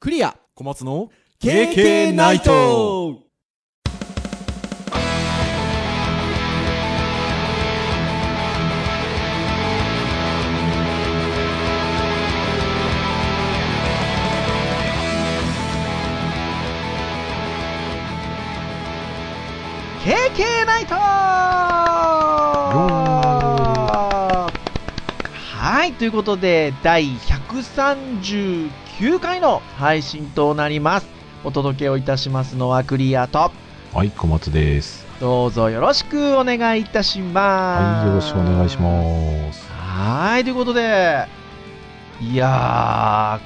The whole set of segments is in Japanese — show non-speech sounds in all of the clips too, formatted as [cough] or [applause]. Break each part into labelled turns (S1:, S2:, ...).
S1: クリア
S2: 小松の
S1: KK ナイト
S3: ナイトはい、ということで、第139回の配信となります。お届けをいたしますのはクリアと、
S4: はい、小松です。
S3: どうぞよろしくお願いいたしま
S4: は
S3: す。
S4: い、よろしくお願いします。
S3: はい、ということで、いや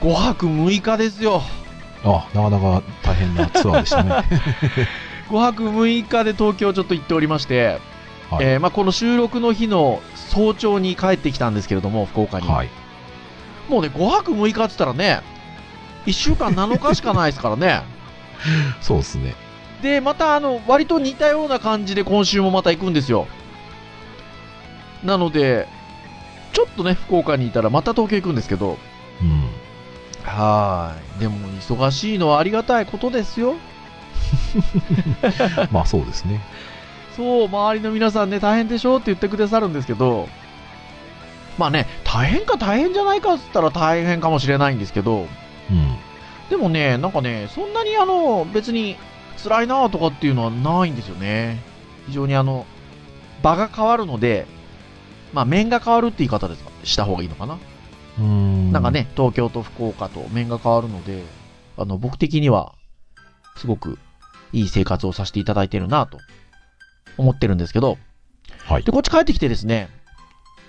S3: ー、5泊6日ですよ。
S4: あ、なかなか大変なツアーで
S3: [laughs]
S4: したね。は
S3: 5泊6日で東京ちょっと行っておりまして、
S4: はい
S3: えーまあ、この収録の日の早朝に帰ってきたんですけれども、福岡に。
S4: い。
S3: もうね、5泊6日って言ったらね、1週間7日しかないですから [laughs] ね。
S4: そうですね。
S3: で、また、あの、割と似たような感じで今週もまた行くんですよ。なので、ちょっとね、福岡にいたらまた東京行くんですけど、
S4: うん。
S3: はーい。でも、忙しいのはありがたいことですよ。
S4: まあそうですね。
S3: そう、周りの皆さんね、大変でしょって言ってくださるんですけど、まあね、大変か大変じゃないかっつったら大変かもしれないんですけど、
S4: うん。
S3: でもね、なんかね、そんなにあの、別に辛いなとかっていうのはないんですよね。非常にあの、場が変わるので、まあ面が変わるって言い方ですか、した方がいいのかな。
S4: うーん。
S3: なんか。ね、東京と福岡と面が変わるので、あの、僕的には、すごくいい生活をさせていただいてるなと思ってるんですけど、
S4: はい
S3: で、。こっち帰ってきてですね、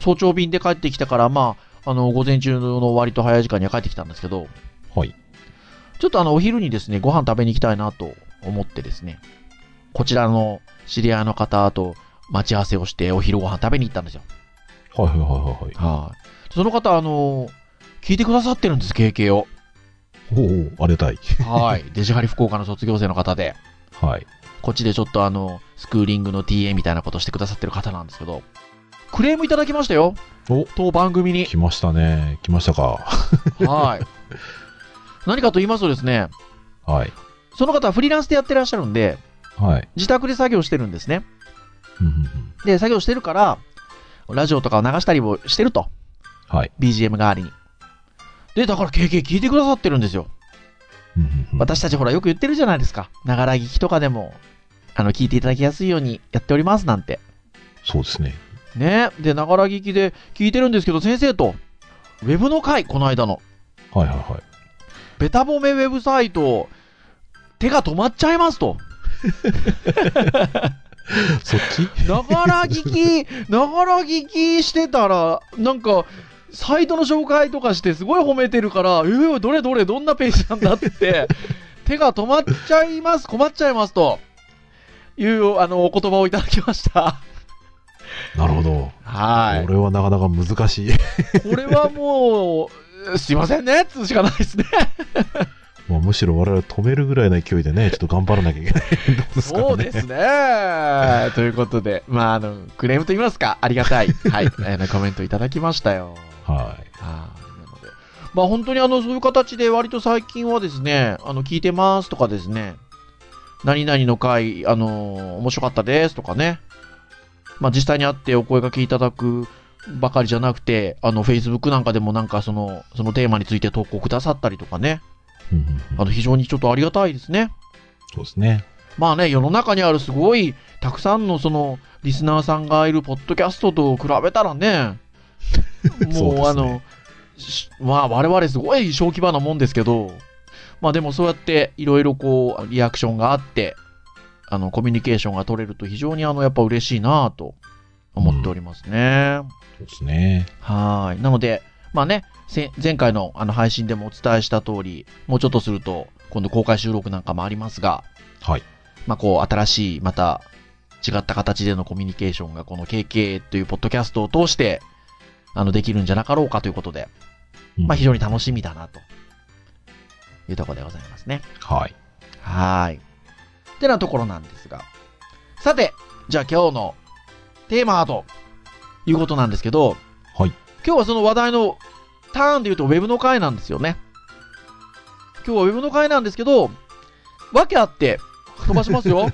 S3: 早朝便で帰ってきたから、まあ、あの、午前中の割と早い時間には帰ってきたんですけど、
S4: はい。
S3: ちょっとあの、お昼にですね、ご飯食べに行きたいなと思ってですね、こちらの知り合いの方と待ち合わせをしてお昼ご飯食べに行ったんですよ。
S4: はいはいはいはい。
S3: はい。その方、あの、聞いてくださってるんです、KK を。
S4: おお、ありがたい。
S3: はい。 [laughs] デジハリ福岡の卒業生の方で、
S4: はい。
S3: こっちでちょっとあの、スクーリングの TA みたいなことしてくださってる方なんですけど、クレームいただきましたよ。
S4: お
S3: 当番組に。
S4: 来ましたね。来ましたか。
S3: はい。何かと言いますとですね、
S4: はい。
S3: その方はフリーランスでやってらっしゃるんで、
S4: はい。
S3: 自宅で作業してるんですね。
S4: うんうんうん。
S3: で、作業してるから、ラジオとかを流したりもしてると。
S4: はい。
S3: BGM 代わりに。で、だから KK 聞いてくださってるんですよ。
S4: うんうんうん。
S3: 私たちほらよく言ってるじゃないですか。ながら聞きとかでも、あの、聞いていただきやすいようにやっておりますなんて。
S4: そうですね。
S3: ね。で、ながら聞きで聞いてるんですけど、先生と、ウェブの回、この間の。
S4: はいはいはい。
S3: ベタ褒めウェブサイト、手が止まっちゃいますと。
S4: そっち
S3: ながら [laughs] 聞き、ながら聞きしてたら、なんか、サイトの紹介とかしてすごい褒めてるから、えー、どれどれどんなページなんだ [laughs] って、手が止まっちゃいます、困っちゃいますと。いうあのお言葉をいただきました。
S4: なるほど。
S3: は
S4: これはなかなか難しい。
S3: い。 [laughs] これはもう、すいませんね、つうしかないですね。
S4: まあ、むしろ我々止めるぐらいの勢いでね、ちょっと頑張らなきゃいけない。どうですかね。
S3: そうですね。 [laughs] ということで、まあ、あの、クレームと言いますか、ありがたい、はい、あのコメントいただきましたよ。
S4: はい。
S3: はい。なので、まあ本当にあの、そういう形で割と最近はですね、あの、聞いてますとかですね、何々の回、あのー面白かったですとかね、まあ実際に会ってお声掛けいただくばかりじゃなくて、あの、Facebook なんかでもなんかその、そのテーマについて投稿くださったりとかね、
S4: うんうんうん
S3: あの、非常にちょっとありがたいですね。
S4: そうですね。
S3: まあね、世の中にあるすごい、たくさんのその、リスナーさんがいるポッドキャストと比べたら
S4: [laughs]
S3: ね、
S4: そう
S3: もう
S4: ですね
S3: あの、しまあ我々すごい小規模なもんですけど、まあでもそうやっていろいろこう、リアクションがあって、あの、コミュニケーションが取れると非常にあの、やっぱ嬉しいなぁと思っておりますね。
S4: そうですね。
S3: はーい。なので、まあね、せ前回のあの配信でもお伝えした通り、もうちょっとすると、今度公開収録なんかもありますが、
S4: はい。
S3: まあ、こう、新しい、また、違った形でのコミュニケーションが、この KK というポッドキャストを通して、あの、できるんじゃなかろうかということで、
S4: うん
S3: まあ、非常に楽しみだな、というところでございますね。
S4: はい。
S3: はーい。ってなところなんですが。さて、じゃあ今日のテーマはということなんですけど、
S4: はい。
S3: 今日はその話題のターンで言うとウェブの回なんですよね。今日はウェブの会なんですけど、わけあって、飛ばします
S4: は
S3: よ。
S4: い。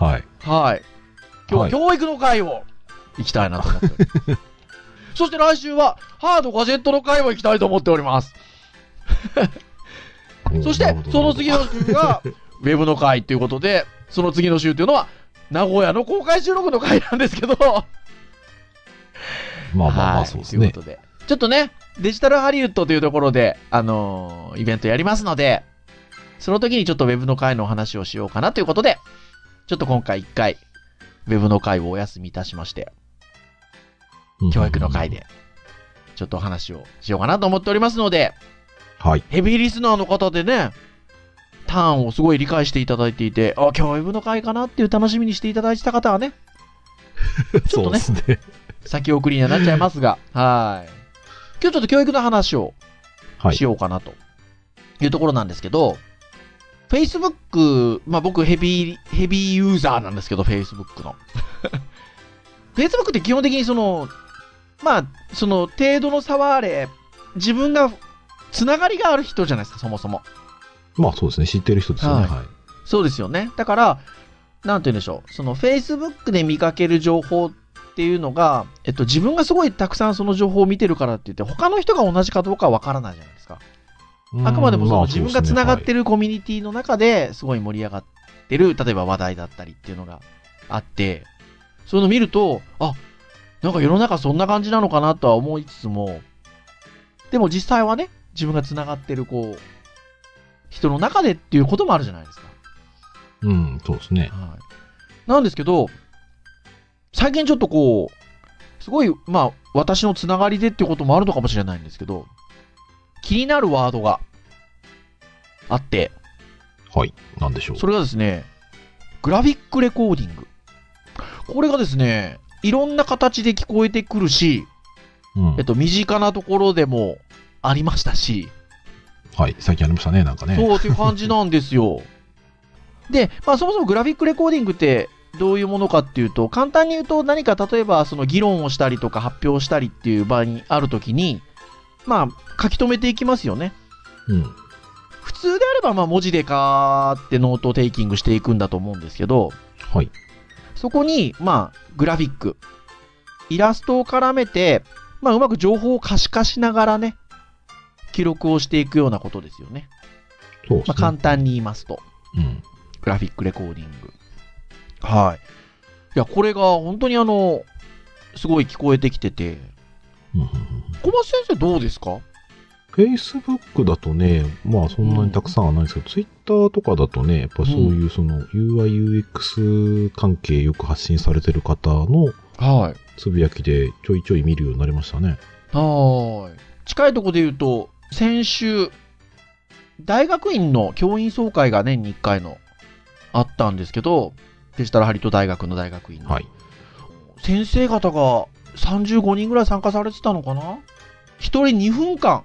S3: はい。今日
S4: は
S3: はい教育の会を行きたいなと思っております。 [laughs] そして来週はハードガジェットの会も行きたいと思ってお
S4: [laughs]
S3: ります。
S4: おー
S3: そして、その次。
S4: なる
S3: の
S4: [laughs]
S3: 週が、ウェブの会ということで、その次の週というのは、名古屋の公開収録の会なんですけど、
S4: ほどまあまあま
S3: は
S4: あ、
S3: い
S4: そうですね
S3: という。ことで、ちょっとね、デジタルハリウッドというところで、あのーイベントやりますので、その時にちょっとウェブの会のお話をしようかなということで、ちょっと今回一回、ウェブの会をお休みいたしまして、
S4: うん
S3: 教育の会。で、ちょっとお話をしようかなと思っておりますので、
S4: はい。
S3: ヘビーリスナーの方でね、ターンをすごい理解していただいていて、あ、今日はウェブの会かなっていう楽しみにしていただいてた方はね、 [laughs] ちょっ
S4: そ
S3: と
S4: うで
S3: ね
S4: すね。
S3: 先送りにはなっちゃいますが、はい。今日ちょっと教育の話を
S4: はい
S3: し。ようかなというところなんですけど、Facebook、まあ僕ヘビー、ヘビーユーザーなんですけど、Facebook の。Facebook って基本的にその、まあ、その程度の差はあれ、自分がつながりがある人じゃないですか、そもそも。
S4: まあそうですね。知ってる人ですよね。
S3: は
S4: はい。
S3: そうですよね。だから、なんて言うんでしょう。その Facebook で見かける情報っていうのが、えっと、自分がすごいたくさんその情報を見てるからって言って、他の人が同じかどうかはわからないじゃないですか。あくまでもその自分がつながって
S4: る。
S3: るコミュニティの中ですごい盛り上がってる、例えば話題だったりっていうのがあって、そういうの見ると、あ、なんか世の中そんな感じなのかなとは思いつつも、でも実際はね、自分がつながってるこう、人の中でっていうこともあるじゃないですか。
S4: はいうん、そうですね。
S3: はい、なんですけど、最近ちょっとこう、すごい、まあ、私のつながりでっていうこともあるのかもしれないんですけど、気になるワードがあって、
S4: はい。なんでしょう。
S3: それがですね、グラフィックレコーディング。これがですね、いろんな形で聞こえてくるし、
S4: うん
S3: えっと、身近なところでもありましたし、
S4: はい。最近ありましたね、なんかね。
S3: そうっていう感じなんで
S4: [laughs]
S3: すよ。で、まあ、そもそもグラフィックレコーディングってどういうものかっていうと、簡単に言うと何か例えばその議論をしたりとか発表したりっていう場合にあるときに、まあ、書き留めていきますよね。
S4: うん。
S3: 普通であればまあ文字でかーってノートをテイキングしていくんだと思うんですけど、
S4: はい。
S3: そこに、まあ、グラフィック、イラストを絡めて、まあ、うまく情報を可視化しながらね、記録をしていくようなことですよね。
S4: そうです
S3: ま
S4: ね。
S3: あ、簡単に言いますと。
S4: うん。
S3: グラフィックレコーディング。はい。いや、これが本当にあの、すごい聞こえてきてて、
S4: うんうんうん
S3: 小松先生どうですか
S4: Facebook だとね、まあそんなにたくさんはないですけど、Twitter とかだとね、やっぱそういうその UI、UX 関係よく発信されてる方の
S3: はい。
S4: つぶやきでちょいちょい見るようになりましたね。
S3: はーい。近いとこで言うと、先週、大学院の教員総会が年に1回のあったんですけど、デジタルハリト大学の大学院の。
S4: はい。
S3: 先生方が35人ぐらい参加されてたのかな一人2分間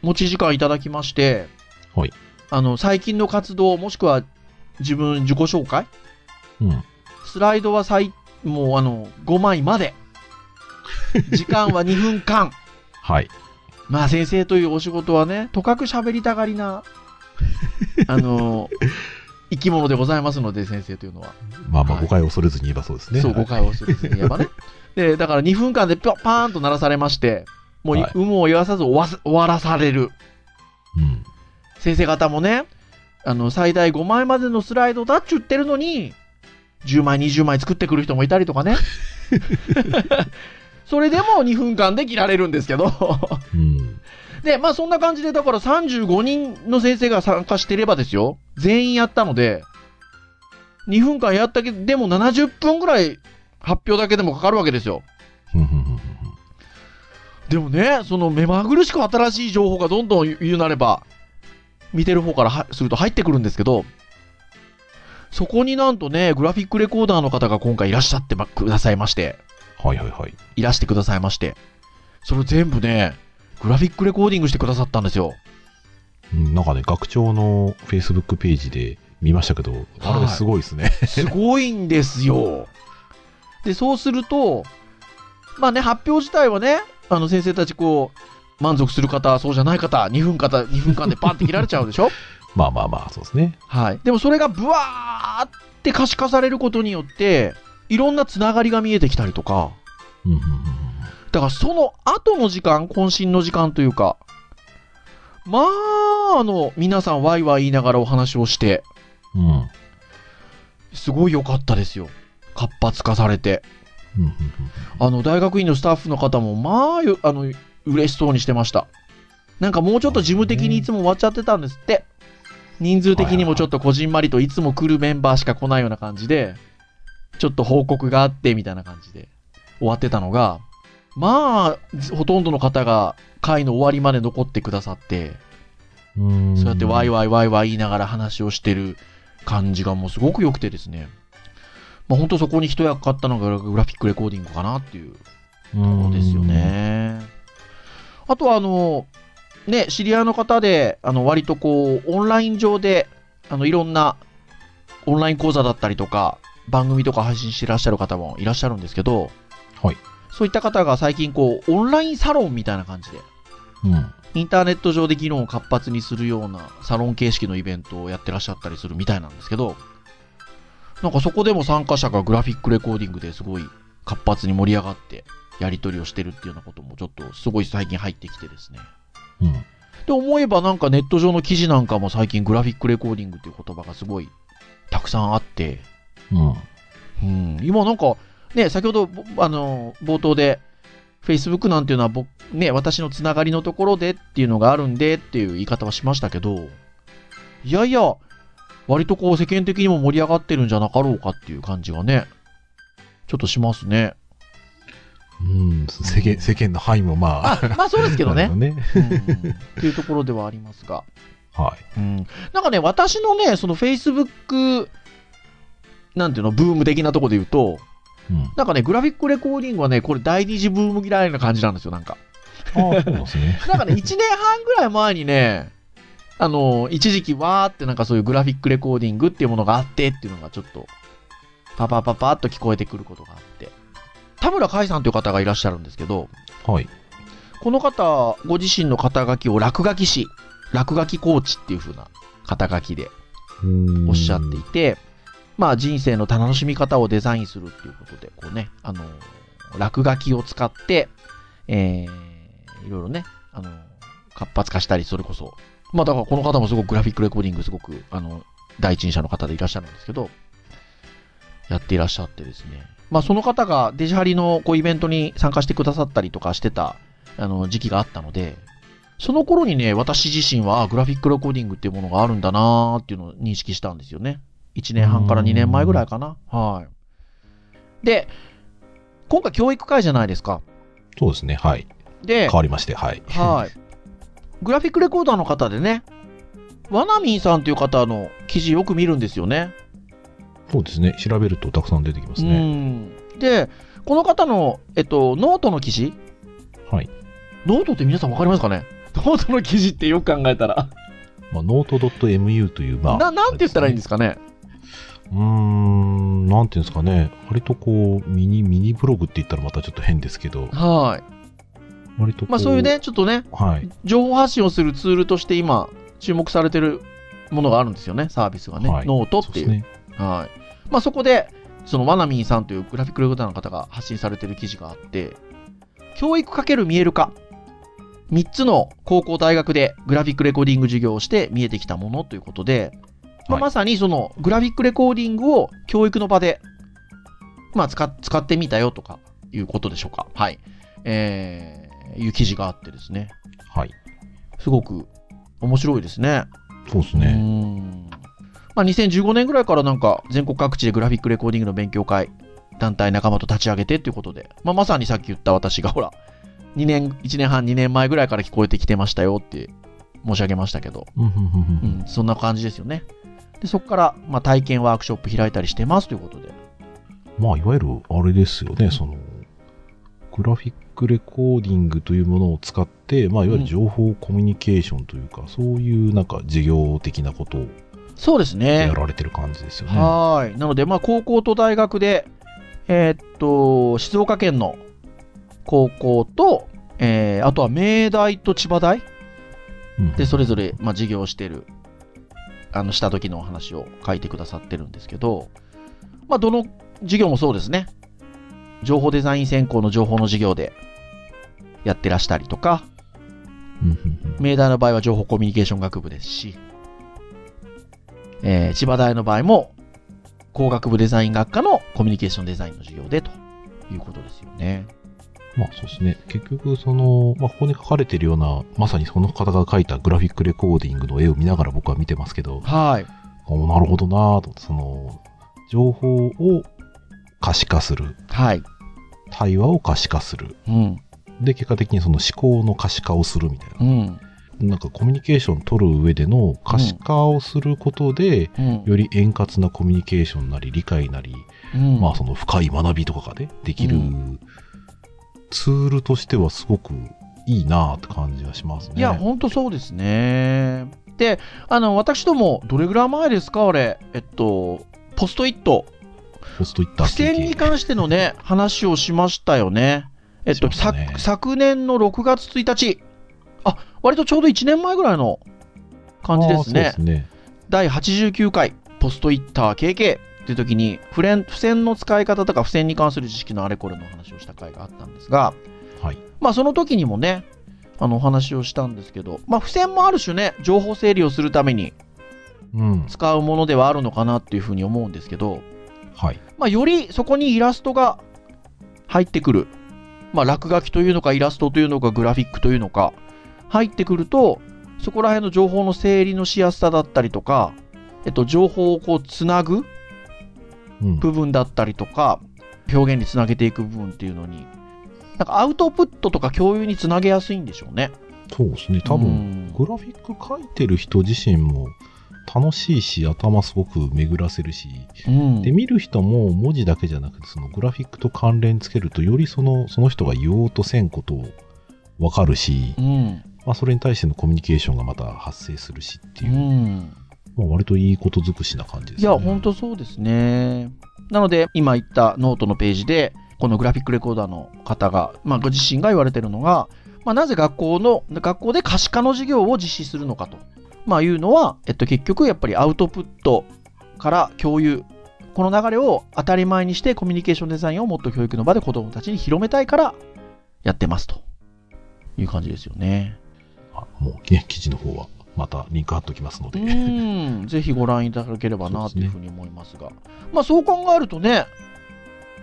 S3: 持ち時間いただきまして、
S4: はい
S3: あの最近の活動もしくは自分自己紹介
S4: うん。
S3: スライドは最もうあの5枚まで時間は2分間 [laughs]
S4: はい。
S3: まあ先生というお仕事はねとかく喋りたがりなあの生き物でございますので先生というのは
S4: まあまあ
S3: はい
S4: 誤解を恐れずに言えばそうですね。
S3: そう、誤解をする
S4: [laughs]
S3: ですね、やっぱね。で、だから2分間でパパーンと鳴らされまして、もう、
S4: はい
S3: 有無を言わさず終わす終わらされる。
S4: うん。
S3: 先生方もね、あの、最大5枚までのスライドだっちゅってるのに、10枚、20枚作ってくる人もいたりとか
S4: [laughs]
S3: ね。それでも2分間で切られるんですけど。
S4: うん。
S3: で、まあそんな感じで、だから35人の先生が参加してればですよ。全員やったので、2分間やったけど、でも70分ぐらい発表だけでもかかるわけですよ。
S4: ふんふんふんふん
S3: でもね、その目まぐるしく新しい情報がどんどん言うなれば、見てる方からはすると入ってくるんですけど、そこになんとね、グラフィックレコーダーの方が今回いらっしゃってばくださいまして、
S4: はいはいはい。
S3: いらしてくださいまして、それを全部ね、グラフィックレコーディングしてくださったんですよ。
S4: うんなんかね、学長の Facebook ページで見ましたけど、あれすごいですね。 [laughs]
S3: すごいんですよ。で、そうすると、まあね、発表自体はね、あの先生たちこう、満足する方、そうじゃない方、2分方、2分間でパンって切られちゃうでしょ
S4: まあまあまあ、そうですね。
S3: はい。でもそれがブワーって可視化されることによって、いろんなつながりが見えてきたりとか、
S4: うんうんうん
S3: だからその後の時間、渾身の時間というか、まあ、あの、皆さんワイワイ言いながらお話をして、
S4: うん。うん
S3: すごい良かったですよ。活発化されて。
S4: うんうんうん
S3: あの、大学院のスタッフの方も、まあ、よあの、嬉しそうにしてました。なんかもうちょっと事務的にいつも終わっちゃってたんですって。人数的にもちょっとこじんまりといつも来るメンバーしか来ないような感じで、ちょっと報告があってみたいな感じで終わってたのが、まあ、ずほとんどの方が会の終わりまで残ってくださって、
S4: うん
S3: そうやってワイワイワイワイ言いながら話をしてる感じがもうすごく良くてですね。まあ本当そこに一役買ったのがグラフィックレコーディングかなっていう
S4: うん
S3: そうですよ。ね。あとは、あの、ね、知り合いの方で、あの、割とこう、オンライン上で、あの、いろんな、オンライン講座だったりとか、番組とか配信してらっしゃる方もいらっしゃるんですけど、
S4: はい。
S3: そういった方が最近、こう、オンラインサロンみたいな感じで、
S4: うん。
S3: インターネット上で議論を活発にするようなサロン形式のイベントをやってらっしゃったりするみたいなんですけど、なんかそこでも参加者がグラフィックレコーディングですごい活発に盛り上がってやり取りをしてるっていうようなこともちょっとすごい最近入ってきてですね。
S4: うん。
S3: で、思えばなんかネット上の記事なんかも最近グラフィックレコーディングっていう言葉がすごいたくさんあって、
S4: うん。
S3: うん、今なんか、ね、先ほど、ぼあの、冒頭で、Facebook なんていうのは僕、ね、私のつながりのところでっていうのがあるんでっていう言い方はしましたけど、いやいや、割とこう世間的にも盛り上がってるんじゃなかろうかっていう感じがね、ちょっとしますね。
S4: うん。世間、世間の範囲もまあ。
S3: あ、まあそうですけど
S4: なる
S3: ね
S4: ほ。ね。
S3: [laughs] うん、っていうところではありますが。
S4: は
S3: うん、なんかね、私のね、その Facebook、なんていうの、ブーム的なところで言うと、
S4: い。うん。あ
S3: なんかね、グラフィックレコーディングはね、これ第二次ブーム嫌いな感じなんですよ、なんか。
S4: あ、そうなんですね。
S3: なんかね、1年半ぐらい前にね、あの、一時期わーってなんかそういうグラフィックレコーディングっていうものがあってっていうのがちょっと、パパパパッと聞こえてくることがあって。田村海さんという方がいらっしゃるんですけど、
S4: はい。
S3: この方、ご自身の肩書きを落書き師、落書きコーチっていう風な肩書きでおっしゃっていて、まあ人生の楽しみ方をデザインするっていうことで、こうね、あの、落書きを使って、えー、いろいろね、あの、活発化したり、それこそ。まあだからこの方もすごくグラフィックレコーディングすごく、あの、第一人者の方でいらっしゃるんですけど、やっていらっしゃってですね。まあその方がデジハリのこうイベントに参加してくださったりとかしてた、あの、時期があったので、その頃にね、私自身はあグラフィックレコーディングっていうものがあるんだなーっていうのを認識したんですよね。1年半から2年前ぐらいかな。はい。で、今回教育会じゃないですか。
S4: そうですね。はい。
S3: で
S4: 変、わりまして、はい。
S3: はい。グラフィックレコーダーの方でね、ワナミンさんという方の記事よく見るんですよね。
S4: そうですね。調べるとたくさん出てきますね。
S3: うん。で、この方の、えっと、ノートの記事
S4: はい。
S3: ノートって皆さんわかりますかねノートの記事ってよく考えたら、
S4: まあ、ノート .mu という、まあ。
S3: ななんて言ったらいいんですすかね
S4: うーん、なんていうんですかね。割とこう、ミニ、ミニブログって言ったらまたちょっと変ですけど、
S3: はい。
S4: 割とこう。
S3: まあそういう。ね、ちょっとね、
S4: はい。
S3: 情報発信をするツールとして今、注目されてるものがあるんですよね、サービスがね。
S4: はい
S3: ノートっ
S4: そう
S3: て
S4: で
S3: いう。
S4: すね。
S3: はい。まあ、そこで、そのワナミンさんというグラフィックレコーダーの方が発信されている記事があって、教育かける見える化。3つの高校、大学でグラフィックレコーディング授業をして見えてきたものということで、まあ、
S4: はい
S3: まさにそのグラフィックレコーディングを教育の場で、まあ、使っ使ってみたよとかいうことでしょうか。はい。えー、いう記事があってですね。
S4: はい。
S3: すごく面白いですね。
S4: そうです
S3: う
S4: ね。
S3: んまあ、2015年ぐらいからなんか全国各地でグラフィックレコーディングの勉強会団体仲間と立ち上げてっていうことで、まあ、まさにさっき言った私がほら2年1年半2年前ぐらいから聞こえてきてましたよって申し上げましたけど、
S4: うん、うん、うん
S3: う
S4: うん。
S3: ん、そんな感じですよねでそこからまあ体験ワークショップ開いたりしてますということで
S4: まあ、いわゆる、あれですよね、その、グラフィックレコーディングというものを使って、まあ、いわゆる情報コミュニケーションというか、そういうなんか事業的なことを
S3: そうですね
S4: やられてる感じですよね。
S3: はーい。なので、まあ、高校と大学で、えーっと、静岡県の高校と、えーあとは明大と千葉大
S4: うん
S3: でそれぞれ、まあ、授業をしてるあのした時のお話を書いてくださってるんですけど、まあ、どの授業もそうですね情報デザイン専攻の情報の授業でやってらしたりとか
S4: うんうん
S3: 明大の場合は情報コミュニケーション学部ですし、えー千葉大の場合も工学部デザイン学科のコミュニケーションデザインの授業でということですよね。
S4: まあそうですね。結局、その、まあここに書かれてるような、まさにその方が書いたグラフィックレコーディングの絵を見ながら僕は見てますけど、
S3: はい。
S4: おなるほどなぁと思って、その、情報を可視化する、
S3: はい。
S4: 対話を可視化する、
S3: うん。
S4: で、結果的にその思考の可視化をするみたいな
S3: うん。
S4: なんかコミュニケーション取る上での可視化をすることで、
S3: うん。
S4: より円滑なコミュニケーションなり理解なり、
S3: うん
S4: まあその深い学びとかがね、できる
S3: うん
S4: ツールとしてはすごくいいなあって感じがしますね。
S3: いや、ほんとそうですね。で、あの、私ども、どれぐらい前ですか、あれ、えっと、ポストイット、
S4: ポストイッター
S3: 付箋に関してのね、話をしましたよね。えっ
S4: し
S3: と、
S4: ましたね
S3: 昨昨年の6月1日、あ割とちょうど1年前ぐらいの感じですね。
S4: そうですね。
S3: 第89回、ポストイッター KK っていう時に、付箋付箋の使い方とか、付箋に関する知識のあれこれの話をした回があったんですが、
S4: はい。
S3: まあその時にもね、あのお話をしたんですけど、まあ付箋もある種ね、情報整理をするために
S4: うん。
S3: 使うものではあるのかなっていうふうに思うんですけど、
S4: はい。
S3: まあよりそこにイラストが入ってくる。まあ落書きというのかイラストというのかグラフィックというのか入ってくると、そこら辺の情報の整理のしやすさだったりとか、えっと情報をこうつなぐ
S4: うん。
S3: 部分だったりとか、表現につなげていく部分っていうのに、なんかアウトプットとか共有につなげやすいんでしょうね。
S4: そうですね。多分、
S3: うん
S4: グラフィック書いてる人自身も楽しいし、頭すごく巡らせるし、
S3: うん
S4: で見る人も文字だけじゃなくてそのグラフィックと関連つけるとよりそのその人が言おうとせんことを分かるし、
S3: うん
S4: まあ、それに対してのコミュニケーションがまた発生するしって
S3: う
S4: いう、
S3: ん、
S4: まあ、割といいこと尽くしな感じで
S3: い
S4: すね。
S3: や、本当そうですね。なので、今言ったノートのページで、このグラフィックレコーダーの方が、まあ、ご自身が言われてるのが、まあ、なぜ学校の、学校で可視化の授業を実施するのかと、まあ、いうのは、えっと、結局、やっぱりアウトプットから共有、この流れを当たり前にして、コミュニケーションデザインをもっと教育の場で子どもたちに広めたいからやってますという感じですよね。
S4: あもう、ね、記事の方はまたリンク貼っときますの
S3: う
S4: で、
S3: ーん、ぜひご覧いただければなというふうに思いますが、まあそう考えるとね、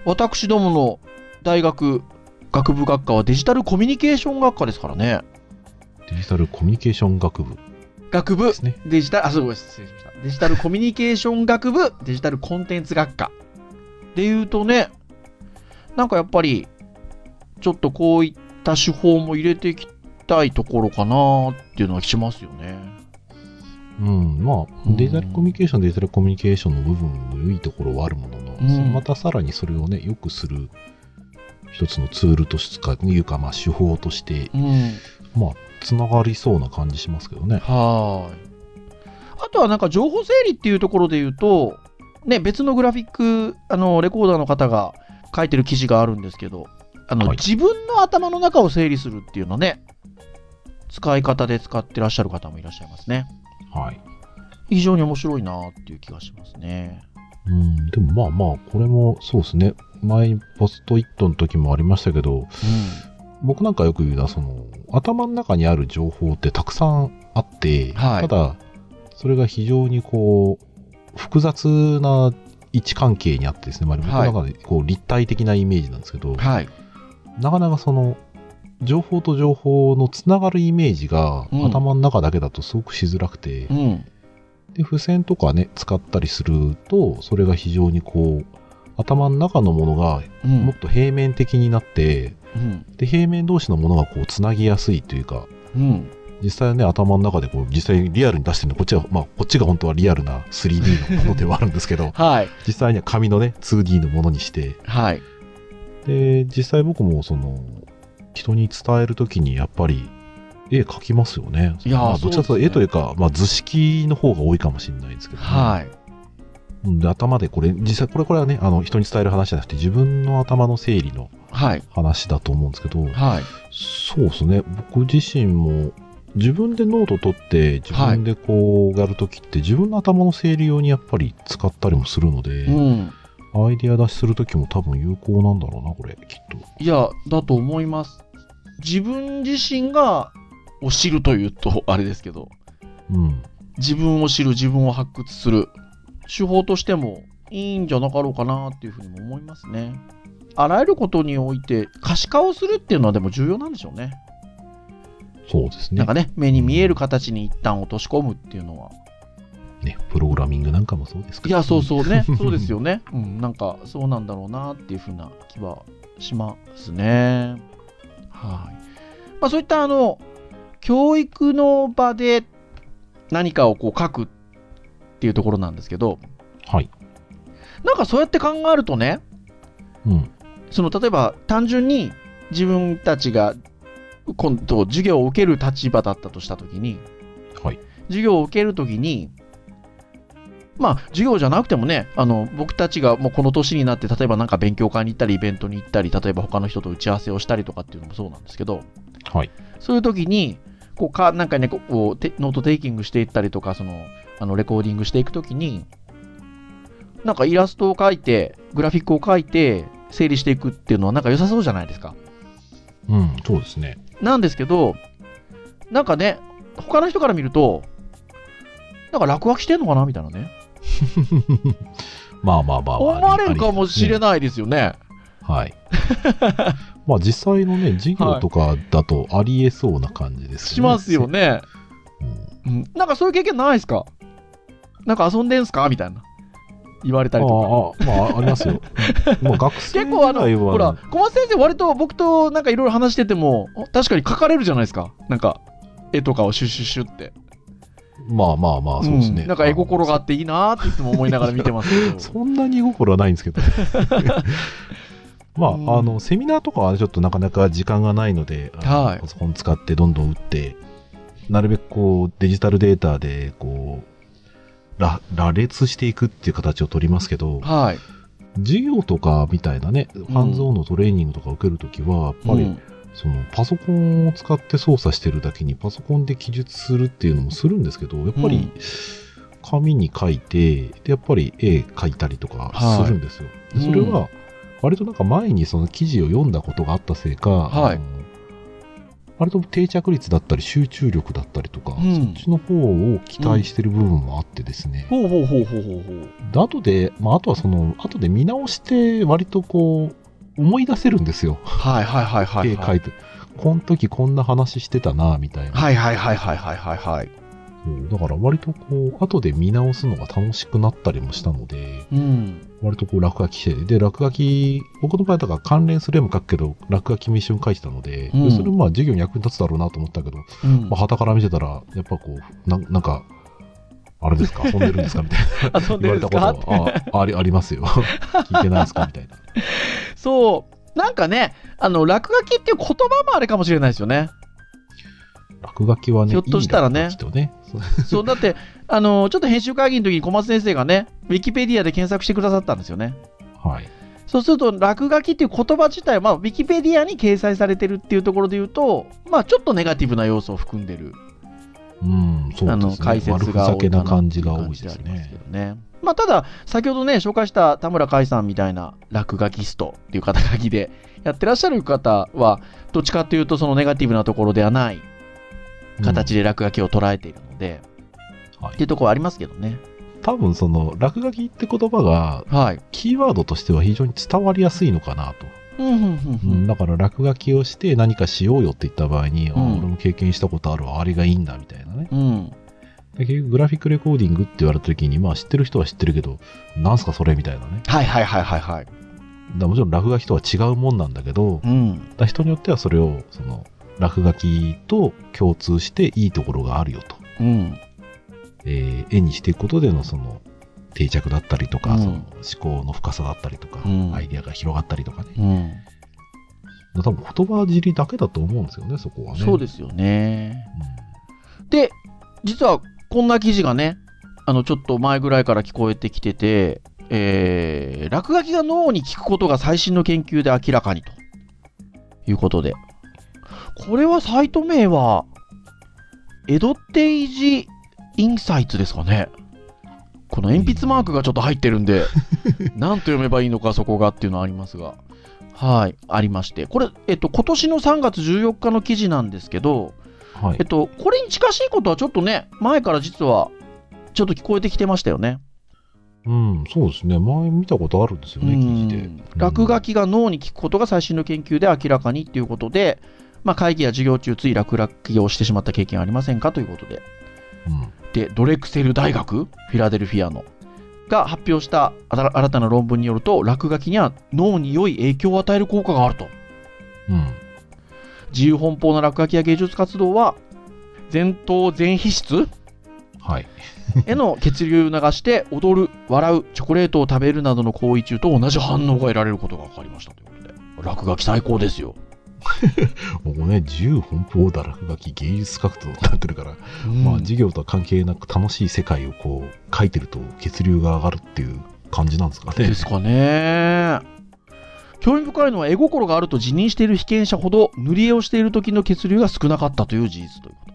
S3: 私どもの大学学部学科はデジタルコミュニケーション学科ですからね。
S4: デジタルコミュニケーション学部
S3: 学部
S4: ですね。
S3: デジタル、あ、そうごめん失礼しました。デジタルコミュニケーション学部、デジタルコンテンツ学科。で言うとね、なんかやっぱり、ちょっとこういった手法も入れていきたいところかなっていうのはしますよね。
S4: うん、ま
S3: うん
S4: あ、デジタルコミュニケーション、デジタルコミュニケーションの部分のいいところはあるものの、
S3: うん
S4: またさらにそれをね、よくする一つのツールとしか、いうか、まあ、手法として
S3: うん。
S4: まあ、つながりそうな感じしますけどね。
S3: はーい。あとはなんか情報整理っていうところで言うと、ね、別のグラフィック、あの、レコーダーの方が書いてる記事があるんですけど、あの、
S4: はい
S3: 自分の頭の中を整理するっていうのね、使い方で使ってらっしゃる方もいらっしゃいますね。
S4: はい。
S3: 非常に面白いなっていう気がしますね。
S4: うん、でもまあまあ、これもそうですね。前にポストイットの時もありましたけど、僕なんかよく言うのは、その、頭の中にある情報ってたくさんあって、
S3: はい
S4: ただ、それが非常にこう、複雑な位置関係にあってですね、まあ、僕
S3: はい
S4: の中でこう立体的なイメージなんですけど、
S3: うん。はい。
S4: なかなかその、情報と情報のつながるイメージが、
S3: うん
S4: 頭の中だけだとすごくしづらくて、
S3: うん。
S4: で、付箋とかね、使ったりすると、それが非常にこう、頭の中のものが
S3: う
S4: も
S3: ん
S4: っ。と平面的になって、
S3: うん。
S4: で、平面同士のものがこう、つなぎやすいというか、
S3: うん。、
S4: 実際はね、頭の中でこう、実際にリアルに出してるの、こっちは、まあ、こっちが本当はリアルな 3D のものではあるんですけど [laughs]
S3: はい。
S4: 実際には紙のね、2D のものにして、
S3: はい。
S4: で、実際僕もその、人に伝えるときにやっぱり、絵描きますよね。
S3: いやー
S4: まあ、どちらかというと
S3: そうですね
S4: 絵というか、まあ、図式の方が多いかもしれないんですけどね、
S3: はい。
S4: うんで頭でこれ、実際、これ、これはね、あの、人に伝える話じゃなくて、自分の頭の整理の
S3: はい。
S4: 話だと思うんですけど、
S3: はい。
S4: そうですね、僕自身も、自分でノート取って、自分でこうやるときって、自分の頭の整理用にやっぱり使ったりもするので、
S3: うん。
S4: アイデア出しするときも多分有効なんだろうな、これ、きっと。
S3: いや、だと思います。自分自身がを知るというと、 [laughs] あれですけど、
S4: うん。
S3: 自分を知る、自分を発掘する、手法としてもいいんじゃなかろうかなっていうふうにも思いますね。あらゆることにおいて可視化をするっていうのはでも重要なんでしょうね。
S4: そうです
S3: な
S4: ね
S3: んか。ね、目に見える形に一旦落とし込むっていうのは。
S4: ね、プログラミングなんかもそうです
S3: いや、そう
S4: う。
S3: そう
S4: [laughs]
S3: ね、そうですよね。うん、なんかそうなんだろうなっていうふうな気はしますね。はい。まあそういったあの、教育の場で何かをこう書くっていうところなんですけど、
S4: はい。
S3: なんかそうやって考えるとね、
S4: うん。
S3: その例えば単純に自分たちが今度授業を受ける立場だったとしたときに、
S4: はい。
S3: 授業を受けるときに、まあ、授業じゃなくてもね、あの、僕たちがもうこの年になって、例えばなんか勉強会に行ったり、イベントに行ったり、例えば他の人と打ち合わせをしたりとかっていうのもそうなんですけど、
S4: はい。
S3: そういう時に、こうか、なんかね、こうこうてノートテイキングしていったりとか、その、あの、レコーディングしていくときに、なんかイラストを描いて、グラフィックを描いて、整理していくっていうのはなんか良さそうじゃないですか。
S4: うん、そうですね。
S3: なんですけど、なんかね、他の人から見ると、なんか落書きしてんのかなみたいなね。
S4: まあまあまあ、まあ。
S3: 思われるかもしれ
S4: い。
S3: ないですよね。 [laughs]
S4: はい。まあ実際のね、授業とかだとありえそうな感じです
S3: しますよ。ね。
S4: うん
S3: うんなんかそういう経験ないですかなんか遊んでんすかみたいな。言われた
S4: あ
S3: りとか。
S4: あ、あまああります
S3: [laughs]
S4: よ。まあ学生
S3: 結構あ
S4: 時代
S3: の、
S4: は
S3: ほら、小松先生割と僕となんかいろいろ話してても、お確かに書かれるじゃないですか。なんか、絵とかをシュッシュッシュッって。
S4: まあまあまあ、そうですね。
S3: んなんか絵心があっていいなーっていつも思いながら見てますけど。
S4: そんなに居心はないんですけ
S3: [laughs]
S4: ど。まあ、
S3: うん
S4: あの、セミナーとかはちょっとなかなか時間がないので、あの
S3: はい
S4: パソコン使ってどんどん打って、なるべくこう、デジタルデータで、こう、羅羅列していくっていう形を取りますけど、
S3: はい。
S4: 授業とかみたいなね、ファンゾーンのトレーニングとか受けるときは、やっぱり、
S3: うん
S4: その、パソコンを使って操作してるだけに、パソコンで記述するっていうのもするんですけど、やっぱ
S3: う
S4: り
S3: ん、
S4: 紙に書いて、で、やっぱり絵描いたりとか
S3: はい
S4: するんですよ。でそれ
S3: う
S4: は、割となんか前にその記事を読んだことがあったせいか、
S3: はい
S4: あの割と定着率だったり集中力だったりとか、
S3: うん
S4: そっちの方を期待してる部分もあってですね、
S3: ほうほうほうほうほうほう。
S4: で後で、まあ、あとはその後で見直して割とこう思い出せるんですよ、
S3: はいはいはいはい、
S4: 絵
S3: は
S4: 描
S3: い。
S4: いてこの時こんな話してたなみたいな、
S3: はいはいはいはいはいはいはい。
S4: そうだから割とこう後で見直すのが楽しくなったりもしたので
S3: うん。
S4: 割とこう落書きしててで落書き僕の場合だから関連する絵も書くけど落書きも一緒に書いてたので,で、
S3: うん
S4: それもまあ授業に役に立つだろうなと思ったけどは
S3: うん
S4: た、傍から見てたらやっぱこうななんかあれです
S3: [laughs]
S4: か遊んでるんですかみたいな
S3: 遊んで
S4: 言われ
S3: るんで
S4: た
S3: す
S4: こと
S3: か
S4: はあありありますよ。 [laughs] 聞いてないですかみたいな。
S3: そう。なんかね、あの、落書きっていう言葉もあれかもしれないですよ
S4: [laughs]
S3: ね。
S4: 落書きはね、
S3: ひょっとしたらね
S4: いい落書きとねそう
S3: そう、だって、あの、ちょっと編集会議の時に小松先生がね、ウィキペディアで検索してくださったんですよね。
S4: はい。
S3: そうすると、落書きっていう言葉自体、まあ、ウィキペディアに掲載されてるっていうところで言うと、まあ、ちょっとネガティブな要素を含んでる、
S4: うん、そうですね。
S3: あの、解説が
S4: 悪ふざ
S3: 多
S4: け
S3: いか
S4: な
S3: な
S4: 感
S3: って
S4: じ
S3: いう
S4: が多
S3: 感
S4: い
S3: じで
S4: で
S3: あ
S4: す
S3: ります
S4: ね
S3: け。どね。まあ、ただ、先ほどね、紹介した田村海さんみたいな落書きストっていう肩書きでやってらっしゃる方は、どっちかというと、そのネガティブなところではない形で落書きを捉えているので、
S4: うんはい
S3: っていうところはありますけどね。
S4: 多分その、落書きって言葉が、
S3: はい。
S4: キーワードとしては非常に伝わりやすいのかなと。
S3: うんうんう
S4: うん
S3: ん
S4: だから落書きをして何かしようよって言った場合に、あ
S3: うん
S4: 俺も経験したことあるわ、あれがいいんだみたいなね。
S3: うん。うん。
S4: で結局グラフィックレコーディングって言われた時に、まあ知ってる人は知ってるけど、なんすかそれみたいなね。
S3: はいはいはいはいはい。
S4: だからもちろん落書きとは違うもんなんだけど、
S3: うん。
S4: だから人によってはそれをその落書きと共通していいところがあるよと、
S3: うん。
S4: えー絵にしていくことでのその定着だったりとか、
S3: うん
S4: その思考の深さだったりとか、
S3: うん
S4: アイデアが広がったりとかね
S3: うん。
S4: だから多分言葉尻だけだと思うんですよねそこはね、
S3: そうですすよね。で、実はこんな記事がね、あの、ちょっと前ぐらいから聞こえてきてて、えー、落書きが脳に効くことが最新の研究で明らかにということで。これはサイト名は、エドテイジインサイツですかね。この鉛筆マークがちょっと入ってるんで、なんと読めばいいのかそこがっていうのはありますが。はい、ありまして。これ、えっと、今年の3月14日の記事なんですけど、
S4: はい
S3: えっ。と、これに近しいことはちょっとね、前から実は、ちょっと聞こえてきてましたよね。
S4: うん、そうですね。前見たことあるんですよね、記事で。
S3: うん落書きが脳に効くことが最新の研究で明らかにということで、まあ、会議や授業中、つい落書きをしてしまった経験はありませんかということで。
S4: うん
S3: で、ドレクセル大学、フィラデルフィアの、が発表した新新たな論文によると、落書きには脳に良い影響を与える効果があると。
S4: うん。
S3: 自由奔放な落書きや芸術活動は前頭前皮質
S4: はい。
S3: への血流を流して踊る笑うチョコレートを食べるなどの行為中と同じ反応が得られることが分かりましたということで落書き最高ですよ
S4: もうね、自由奔放だ落書き、芸術活動になってるから、まあ
S3: うん
S4: 授業とは関係なく楽しい世界をこう、書いてると血流が上がるっていう感じなんですかね
S3: で。すかね興味深いのは絵心があると辞任している被験者ほど塗り絵をしている時の血流が少なかったという事実ということ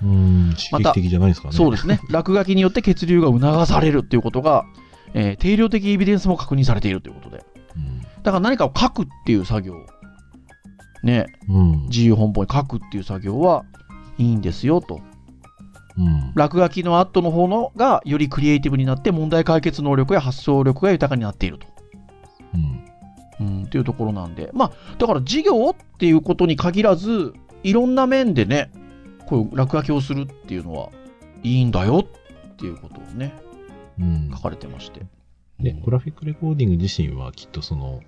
S4: うん、刺激的じゃないですかね。
S3: そうですね [laughs] 落書きによって血流が促されるということが、えー定量的エビデンスも確認されているということでだから何かを書くっていう作業、ね、
S4: うん。うん。
S3: 自由奔放に書くっていう作業はいいんですよと。
S4: うん
S3: 落書きの後の方のがよりクリエイティブになって問題解決能力や発想力が豊かになっていると。
S4: うん。
S3: うん、というところなんで。まあ、だから事業っていうことに限らず、いろんな面でね、こういう落書きをするっていうのはいいんだよっていうことをね、
S4: うん
S3: 書。かれてまして。
S4: ね、グラフィックレコーディング自身はきっとその、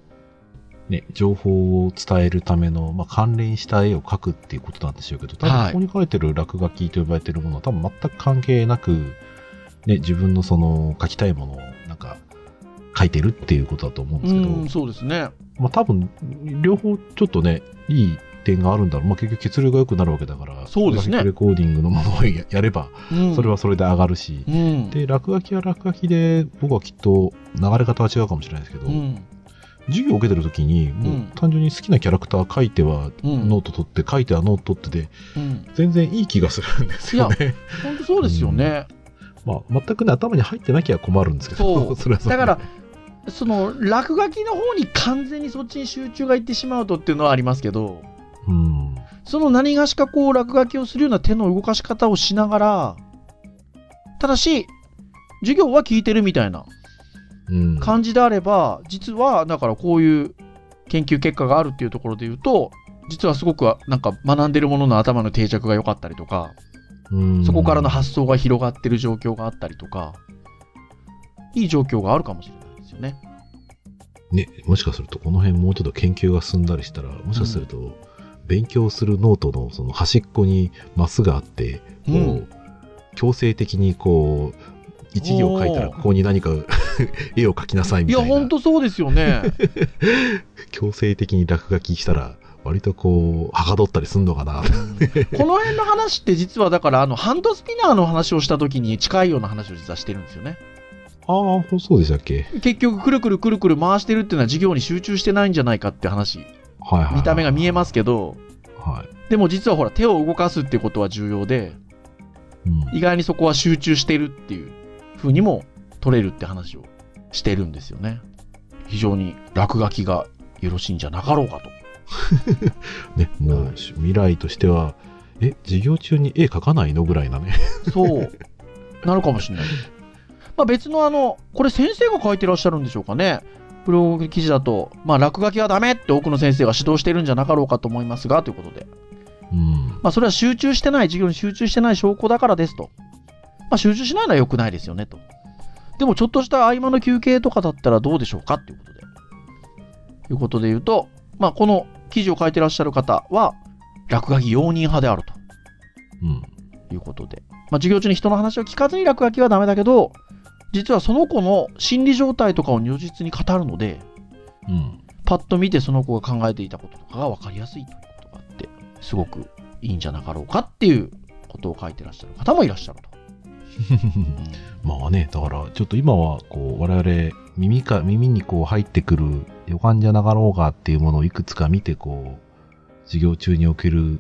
S4: ね、情報を伝えるための、まあ、関連した絵を描くっていうことなんでしょうけど、多分
S3: はい
S4: ここに書いてる落書きと呼ばれてるものは多分全く関係なく、ね、自分のその描きたいものをなんか描いてるっていうことだと思うんで
S3: う
S4: すけど、
S3: ん、そうですね。
S4: まあ多分両方ちょっとね、いい点があるんだろう。まあ結局血流が良くなるわけだから、
S3: そうです
S4: グ
S3: ね
S4: ラフィックレコーディングのものをややれば、
S3: うん、
S4: それはそれで上がるし、
S3: うん、
S4: で、落書きは落書きで、僕はきっと流れ方は違うかもしれないですけど、
S3: うん、
S4: 授業を受けてる時に、もううん単純に好きなキャラクター書いては
S3: うん、
S4: ノート取って、書いてはノート取ってで、
S3: うん、
S4: 全然いい気がするんですよね。
S3: 本当そうですよね。
S4: [laughs] まあ、全くね、頭に入ってなきゃ困るんですけ
S3: そ
S4: ど、れ
S3: う
S4: [laughs] はそれ
S3: だ
S4: で
S3: から、その落書きの方に完全にそっちに集中がいってしまうとっていうのはありますけど、
S4: うん。
S3: その何がしかこう落書きをするような手の動かし方をしながら、ただし、授業は聞いてるみたいな
S4: うん。
S3: 感じであれば、実はだからこういう研究結果があるっていうところで言うと、実はすごくなんか学んでるものの頭の定着が良かったりとか、
S4: うん
S3: そこからの発想が広がってる状況があったりとか、いい状況があるかもしれないですよね。
S4: ね、もしかすると、この辺もうちょっと研究が進んだりしたら、もしかすると、勉強するノートのその端っこにマスがあって、こう、強制的にこう一行書いたら
S3: おー
S4: ここに何か [laughs] 絵を描きなさい
S3: い
S4: み
S3: や、
S4: たい
S3: 本
S4: な
S3: 当そうですよね。
S4: 強制的に落書きしたら割とこうはかどったりすんのかな
S3: [laughs] この辺の話って実はだから、あの、ハンドスピナーの話をした時に近いような話を実はしてるんですよね。
S4: ああそうでしたっけ
S3: 結局、くるくるくるくる回してるっていうのは授業に集中してないんじゃないかって話、
S4: はいはい
S3: 見た目が見えますすけど、
S4: は
S3: でも実はほら、手を動かすってことは重要で、
S4: い、うん
S3: 意外にそこは集中してるっていう風にも取れるって話をしてるんですよね。非常に落書きがよろしいんじゃなかろうかと。
S4: ねも
S3: は
S4: うし未来としてはえ授業中に絵描かないのぐらいなね
S3: そう。なるかもしれない。まあ別のあの、これ先生が書いてらっしゃるんでしょうかね。ブログ記事だと、まあ落書きはダメって多くの先生が指導してるんじゃなかろうかと思いますが、ということで。
S4: うん
S3: まあそれは集中してない、授業に集中してない証拠だからですと。まあ集中しないのは良くないですよねと。でもちょっとした合間の休憩とかだったらどうでしょうかっていうことで。ということで言うと、まあこの記事を書いてらっしゃる方は、落書き容認派であると。
S4: うん
S3: ということで、まあ、授業中に人の話を聞かずに落書きはダメだけど実はその子の心理状態とかを如実に語るので
S4: うん
S3: パッと見てその子が考えていたこととかが分かりやすいということがあ
S4: [laughs]
S3: ってすごくいいんじゃなかろうかっていうことを書いてらっしゃる方もいらっしゃると
S4: まあね、だから、ちょっと今は、こう、我々、耳か、耳にこう入ってくる予感じゃなかろうがっていうものをいくつか見て、こう、授業中における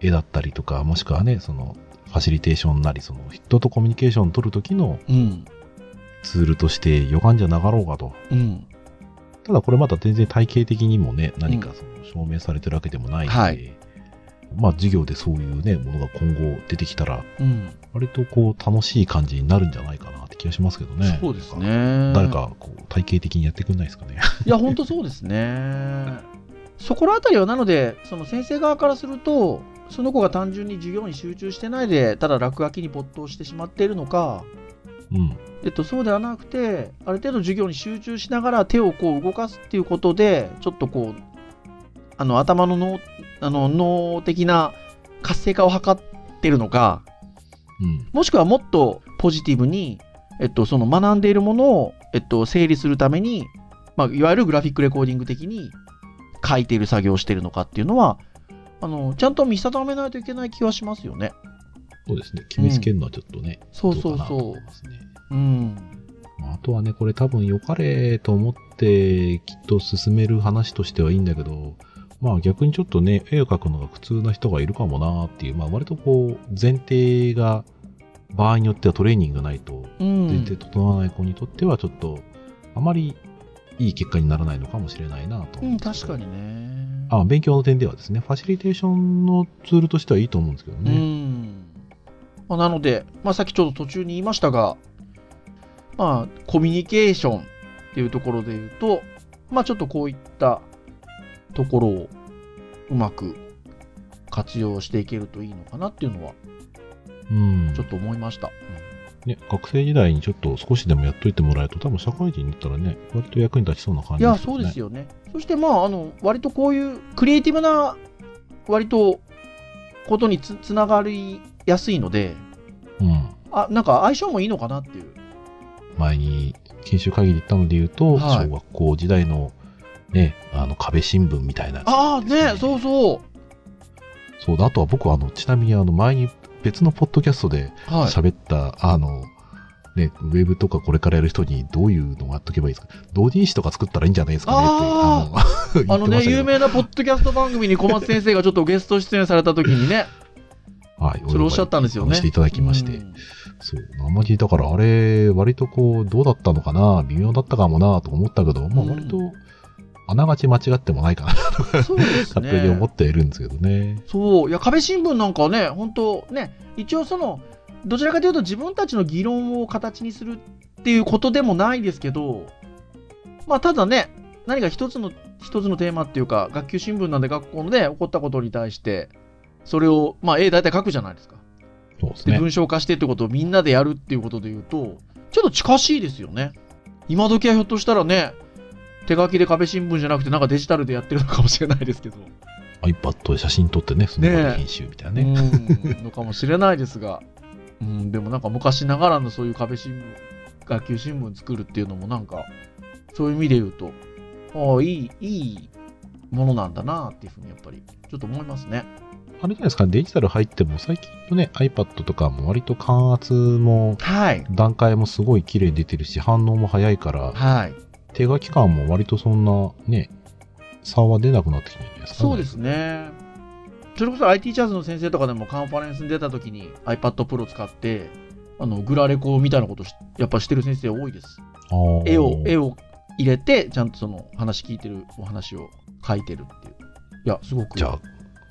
S4: 絵だったりとか、もしくはね、その、ファシリテーションなり、その、人とコミュニケーションを取る時の
S3: うん。
S4: ツールとして予感じゃなかろうがと。
S3: うん。
S4: ただこれまた全然体系的にもね、何かその証明されてるわけでもないので、
S3: はい
S4: まあ授業でそういうね、ものが今後出てきたら、
S3: うん。
S4: 割とこう楽しい感じになるんじゃないかなって気がしますけどね。
S3: そうです。ね。
S4: 誰かこう体系的にやってくんないです
S3: [laughs]
S4: かね。
S3: いや、本当そうですね。そこら辺りは、なので、その先生側からすると、その子が単純に授業に集中してないで、ただ落書きに没頭してしまっているのか、
S4: うん。
S3: えっと、そうではなくて、ある程度授業に集中しながら手をこう動かすっていうことで、ちょっとこう、あの頭の脳あの脳的な活性化を図ってるのか、
S4: うん。
S3: もしくはもっとポジティブに、えっと、その学んでいるものを、えっと、整理するために、まあ、いわゆるグラフィックレコーディング的に書いている作業をしているのかっていうのはあのちゃんと見定めないといけない気はしますよね。
S4: そうですね。決めつけるのはちょっとね、
S3: そう
S4: ど
S3: そうう
S4: かなと
S3: そ
S4: 思いますね。
S3: う。うん。
S4: まああとはね、これ多分良かれと思ってきっと進める話としてはいいんだけど、まあ逆にちょっとね、絵を描くのが苦痛な人がいるかもなーっていう、まあ割とこう、前提が場合によってはトレーニングがないと、
S3: う
S4: 前提
S3: ん、
S4: 整わない子にとってはちょっと、あまりいい結果にならないのかもしれないなと
S3: う
S4: 思うん
S3: ん、
S4: ですけ
S3: 確
S4: ど
S3: かにね。
S4: あ、勉強の点ではですね、ファシリテーションのツールとしてはいいと思うんですけど
S3: う
S4: ね。
S3: ん。まあ、なので、まあ、さっきちょっと途中に言いましたが、まあ、コミュニケーションっていうところで言うと、まあ、ちょっとこういったところをうまく活用していけるといいのかなっていうのは、
S4: うん。
S3: ちょっと思いました。
S4: ね、学生時代にちょっと少しでもやっといてもらえると、多分社会人になったらね、割と役に立ちそうな感
S3: い
S4: じ
S3: や、そうです
S4: よ。
S3: よね。そして、まあ、あの、割とこういうクリエイティブな、割と、ことにつつながりやすいので、
S4: うん。
S3: あ、なんか相性もいいのかなっていう。
S4: 前に研修会議で言ったので言うと、
S3: はい
S4: 小学校時代の、ね、あの壁新聞みたいなやつ
S3: ああ、ね、そうそう。
S4: そうだ、あとは僕はあの、ちなみにあの、前に別のポッドキャストで
S3: はい。
S4: 喋った、あの、ね、ウェブとかこれからやる人にどういうのをやっとけばいいですか同人誌とか作ったらいいんじゃないですかねって
S3: あ、
S4: あの、
S3: あ
S4: [laughs] 言
S3: の
S4: ってま
S3: ね、
S4: したけ
S3: 有
S4: ど。
S3: 名なポッドキャスト番組に小松先生がちょっとゲスト出演された時にね、
S4: はい、
S3: それおっしゃったんですよね。
S4: していただきまして。
S3: うん
S4: そう。あんまり、だからあれ、割とこう、どうだったのかな、微妙だったかもな、と思ったけど、まあ
S3: うん
S4: 割と、あながち間違ってもないかな、
S3: そうです
S4: 勝手に
S3: ね
S4: 思。っているんですけどね。
S3: そう。いや、壁新聞なんかはね、本当ね、一応その、どちらかというと自分たちの議論を形にするっていうことでもないですけど、まあ、ただね、何か一つの、一つのテーマっていうか、学級新聞なんで学校のね、起こったことに対して、それを、まあ、絵大体書くじゃないですか。
S4: そうです
S3: で
S4: ね。
S3: 文章化してってことをみんなでやるっていうことで言うとちょっと近しいですよね今時はひょっとしたらね手書きで壁新聞じゃなくてなんかデジタルでやってるのかもしれないですけど
S4: iPad で写真撮ってね、その場で
S3: ねえ
S4: 編集みたいなね。
S3: うんのかもしれないですが、 [laughs] うん、でもなんか昔ながらのそういう壁新聞学級新聞作るっていうのもなんかそういう意味で言うとああいいいいものなんだなっていうふうにやっぱりちょっと思いますね
S4: あれじゃないですか、デジタル入っても、最近のね、iPad とかも割と感圧も、
S3: はい
S4: 段階もすごい綺麗に出てるし、反応も早いから、
S3: はい
S4: 手書き感も割とそんな、ね、差は出なくなってきてるんじゃないですか、
S3: そうです。ね。それこそ IT ジャズの先生とかでもカンファレンスに出た時に iPad Pro 使ってあのグラレコみたいなことしやっぱしてる先生多いです。
S4: あー
S3: 絵を絵を入れてちゃんとその話聞いてるお話を書いてるっていう。いやすごくい
S4: じゃあ、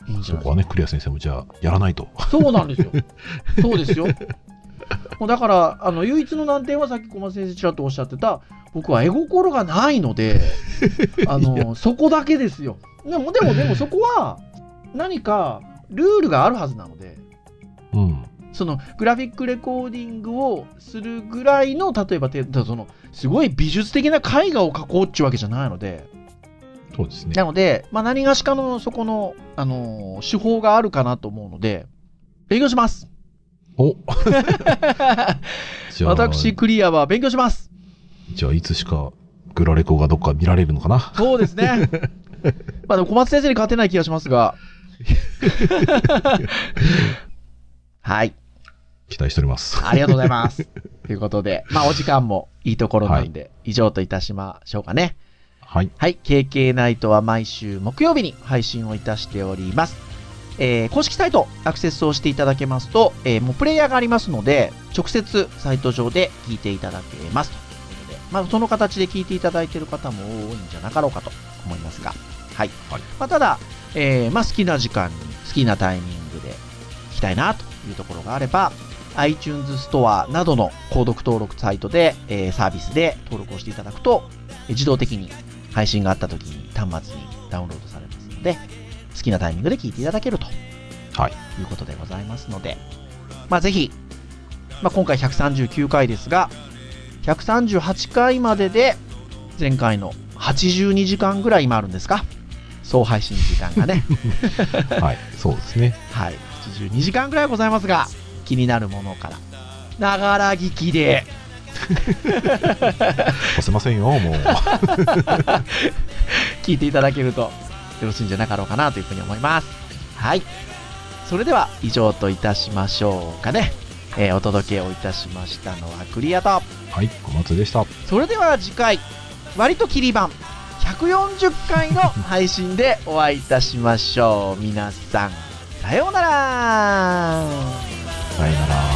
S3: いんじ
S4: そ
S3: ゃないです
S4: こ
S3: か
S4: は。ね、クリア先生も、じゃあ、やらない [laughs] と。
S3: そうなんですよ。そうですよ。もうだからあの唯一の難点はさっき小松先生ちらっとおっしゃってた僕は絵心がないのであのそこだけですよでもでもでもそこは何かルールがあるはずなので
S4: うん。
S3: そのグラフィックレコーディングをするぐらいの例えばてそのすごい美術的な絵画を描こうっちゅうわけじゃないので
S4: そうですね。
S3: なので、まあ、何がしかのそこの、あの手法があるかなと思うので勉強します
S4: おじゃあ、
S3: 私、クリアは勉強します。
S4: じゃあいつしかグラレコがどっか見られるのかな。
S3: そうですね。まあでも小松先生に勝てない気がしますが。はい。
S4: 期待しております。
S3: ありがとうございます。ということで、まあお時間もいいところなんで、以上といたしましょうかね。
S4: はい。
S3: はい、KK ナイトは毎週木曜日に配信をいたしております。えー公式サイトアクセスをしていただけますと、えーもうプレイヤーがありますので、直接サイト上で聞いていただけますということで、まあ、その形で聞いていただいている方も多いんじゃなかろうかと思いますが、はい。
S4: はい
S3: まあ、ただ、えーまあ、好きな時間に、好きなタイミングで聞きたいなというところがあれば、iTunes ストアなどの購読登録サイトで、えーサービスで登録をしていただくと、えー自動的に配信があった時に端末にダウンロードされますので、好きなタイミングで聞いていただけると。
S4: はい。
S3: いうことでございますので、まあ、ぜひ、まあ、今回139回ですが、138回までで、前回の82時間ぐらい今あるんですか総配信時間がね。
S4: はい。そうですね。
S3: はい、82時間ぐらいございますが、気になるものから。ながら聞きで、
S4: 押せませんよ、 [laughs] もう。
S3: 聞いていただけるとよろしいんじゃなかろうかなというふうに思いますはいそれでは以上といたしましょうかね、えーお届けをいたしましたのはクリアと
S4: はい。小松でした。
S3: それでは次回割と切り版140回の配信でお会いいたしましょう皆さんさようなら
S4: さよなら。